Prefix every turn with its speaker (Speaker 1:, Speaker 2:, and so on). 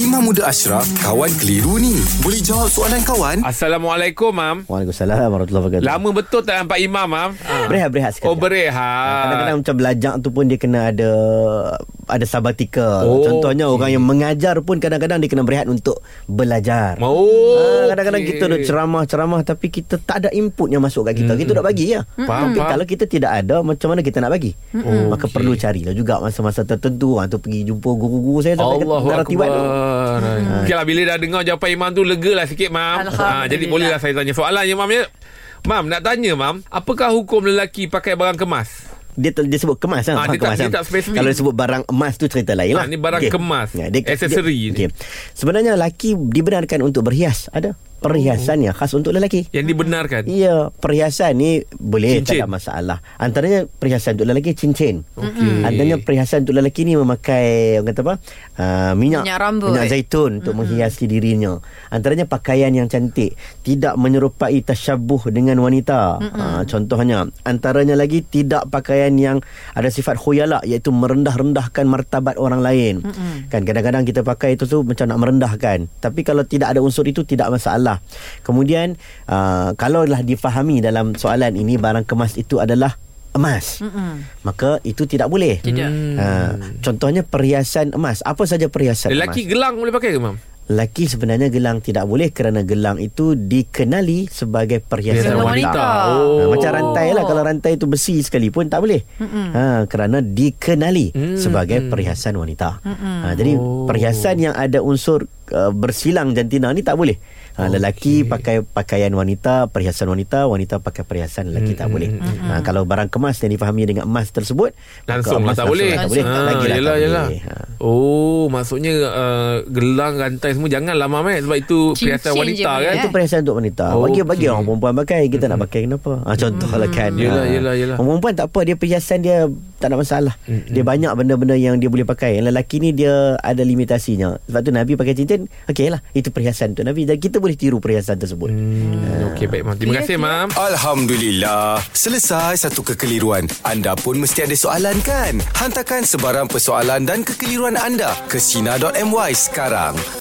Speaker 1: Imam Muda Ashraf, kawan keliru ni. Boleh jawab soalan kawan?
Speaker 2: Assalamualaikum, Mam.
Speaker 3: Waalaikumsalam warahmatullahi wabarakatuh.
Speaker 2: Lama betul tak nampak Imam, Mam.
Speaker 3: Berehat-berehat sekali.
Speaker 2: Oh, berehat.
Speaker 3: Ah. Kadang-kadang macam belajar tu pun dia kena ada ada sabatika.
Speaker 2: Oh,
Speaker 3: Contohnya orang yang mengajar pun kadang-kadang dia kena berehat untuk belajar.
Speaker 2: Oh,
Speaker 3: Ah, kadang-kadang
Speaker 2: okey.
Speaker 3: kita ada ceramah-ceramah tapi kita tak ada input yang masuk kat kita. Kita nak bagi ya.
Speaker 4: Hmm.
Speaker 2: Faham,
Speaker 3: Tapi
Speaker 2: faham.
Speaker 3: kalau kita tidak ada macam mana kita nak bagi? Maka
Speaker 2: Okey.
Speaker 3: perlu carilah juga masa-masa tertentu. Ha, tu pergi jumpa guru-guru saya sampai Hmm. ke
Speaker 2: Allahu
Speaker 3: daratibat tu.
Speaker 2: Akbar. Okey lah, bila dah dengar jawapan Imam tu, lega lah sikit, Mam.
Speaker 4: Alhamdulillah.
Speaker 2: Ha, jadi bolehlah saya tanya soalan ya, Mam. Ya? Mam, nak tanya, Mam. Apakah hukum lelaki pakai barang kemas?
Speaker 3: dia ter, dia sebut kemas
Speaker 2: Ah,
Speaker 3: kan?
Speaker 2: dia tak-
Speaker 3: kemas,
Speaker 2: dia
Speaker 3: kan?
Speaker 2: tak spesifik.
Speaker 3: Kalau dia sebut barang emas tu cerita lain
Speaker 2: Ah,
Speaker 3: lah.
Speaker 2: ni barang kemas. Aksesori ni.
Speaker 3: Okey. Sebenarnya lelaki dibenarkan untuk berhias. Ada perhiasannya khas untuk lelaki.
Speaker 2: Yang dibenarkan?
Speaker 3: Ya, perhiasan ni
Speaker 2: Cincin.
Speaker 3: boleh tak ada masalah. Antaranya perhiasan untuk lelaki cincin.
Speaker 2: Okey.
Speaker 3: Antaranya perhiasan untuk lelaki ni memakai orang kata apa? Uh, minyak
Speaker 4: Minyak rambut.
Speaker 3: minyak zaitun untuk menghiasi dirinya. Antaranya pakaian yang cantik, tidak menyerupai tasyabuh dengan wanita. Uh, contohnya, antaranya lagi tidak pakaian yang ada sifat khuyala iaitu merendah-rendahkan martabat orang lain. Kan kadang-kadang kita pakai itu tu macam nak merendahkan. Tapi kalau tidak ada unsur itu tidak masalah. Kemudian uh, kalaulah difahami dalam soalan ini barang kemas itu adalah emas. Mm-mm. Maka itu tidak boleh.
Speaker 4: Tidak.
Speaker 3: Ha, contohnya perhiasan emas. Apa saja perhiasan
Speaker 2: Lelaki
Speaker 3: emas?
Speaker 2: gelang boleh pakai ke, Mam?
Speaker 3: Lelaki sebenarnya gelang tidak boleh kerana gelang itu dikenali sebagai perhiasan
Speaker 4: Perhiasan
Speaker 3: wanita.
Speaker 4: wanita.
Speaker 3: Ha,
Speaker 2: Oh.
Speaker 3: macam rantai lah Kalau rantai itu besi sekalipun Tak boleh
Speaker 2: Hmm.
Speaker 3: ha, Kerana dikenali
Speaker 2: Mm-mm.
Speaker 3: Sebagai perhiasan wanita ha, Jadi
Speaker 2: Oh.
Speaker 3: perhiasan yang ada unsur uh, Bersilang jantina ni tak boleh ha, Lelaki pakai pakaian wanita Perhiasan wanita Wanita pakai perhiasan lelaki
Speaker 2: Hmm,
Speaker 3: tak boleh ha, Kalau barang kemas yang difahami dengan emas tersebut maka
Speaker 2: Langsung lah
Speaker 3: emas
Speaker 2: tak boleh.
Speaker 3: Tak boleh
Speaker 2: Ah,
Speaker 3: Lagi lah
Speaker 2: yelah,
Speaker 3: tak
Speaker 2: yelah.
Speaker 3: boleh ha.
Speaker 2: Oh, maksudnya uh, gelang, rantai semua janganlah mam eh sebab itu
Speaker 4: Cincin
Speaker 2: perhiasan
Speaker 4: je
Speaker 2: wanita
Speaker 4: boleh,
Speaker 2: kan.
Speaker 4: eh?
Speaker 3: Itu perhiasan untuk wanita Bagi
Speaker 2: Okey.
Speaker 3: bagi orang perempuan pakai Kita nak pakai kenapa ha, Contoh lah kan
Speaker 2: Hmm. Yelah,
Speaker 3: Ah.
Speaker 2: yelah, yelah. Hmm.
Speaker 3: Orang perempuan tak apa Dia perhiasan dia Tak ada masalah Dia banyak benda-benda Yang dia boleh pakai Yang lelaki ni dia Ada limitasinya Sebab tu Nabi pakai cincin Okey lah Itu perhiasan tu Nabi Dan kita boleh tiru perhiasan tersebut
Speaker 2: Hmm, Okey baik mam. Terima
Speaker 4: Clear,
Speaker 2: kasih
Speaker 4: clear.
Speaker 2: mam.
Speaker 1: Alhamdulillah. Selesai satu kekeliruan. Anda pun mesti ada soalan kan? Hantarkan sebarang persoalan dan kekeliruan anda ke Sina.my sekarang.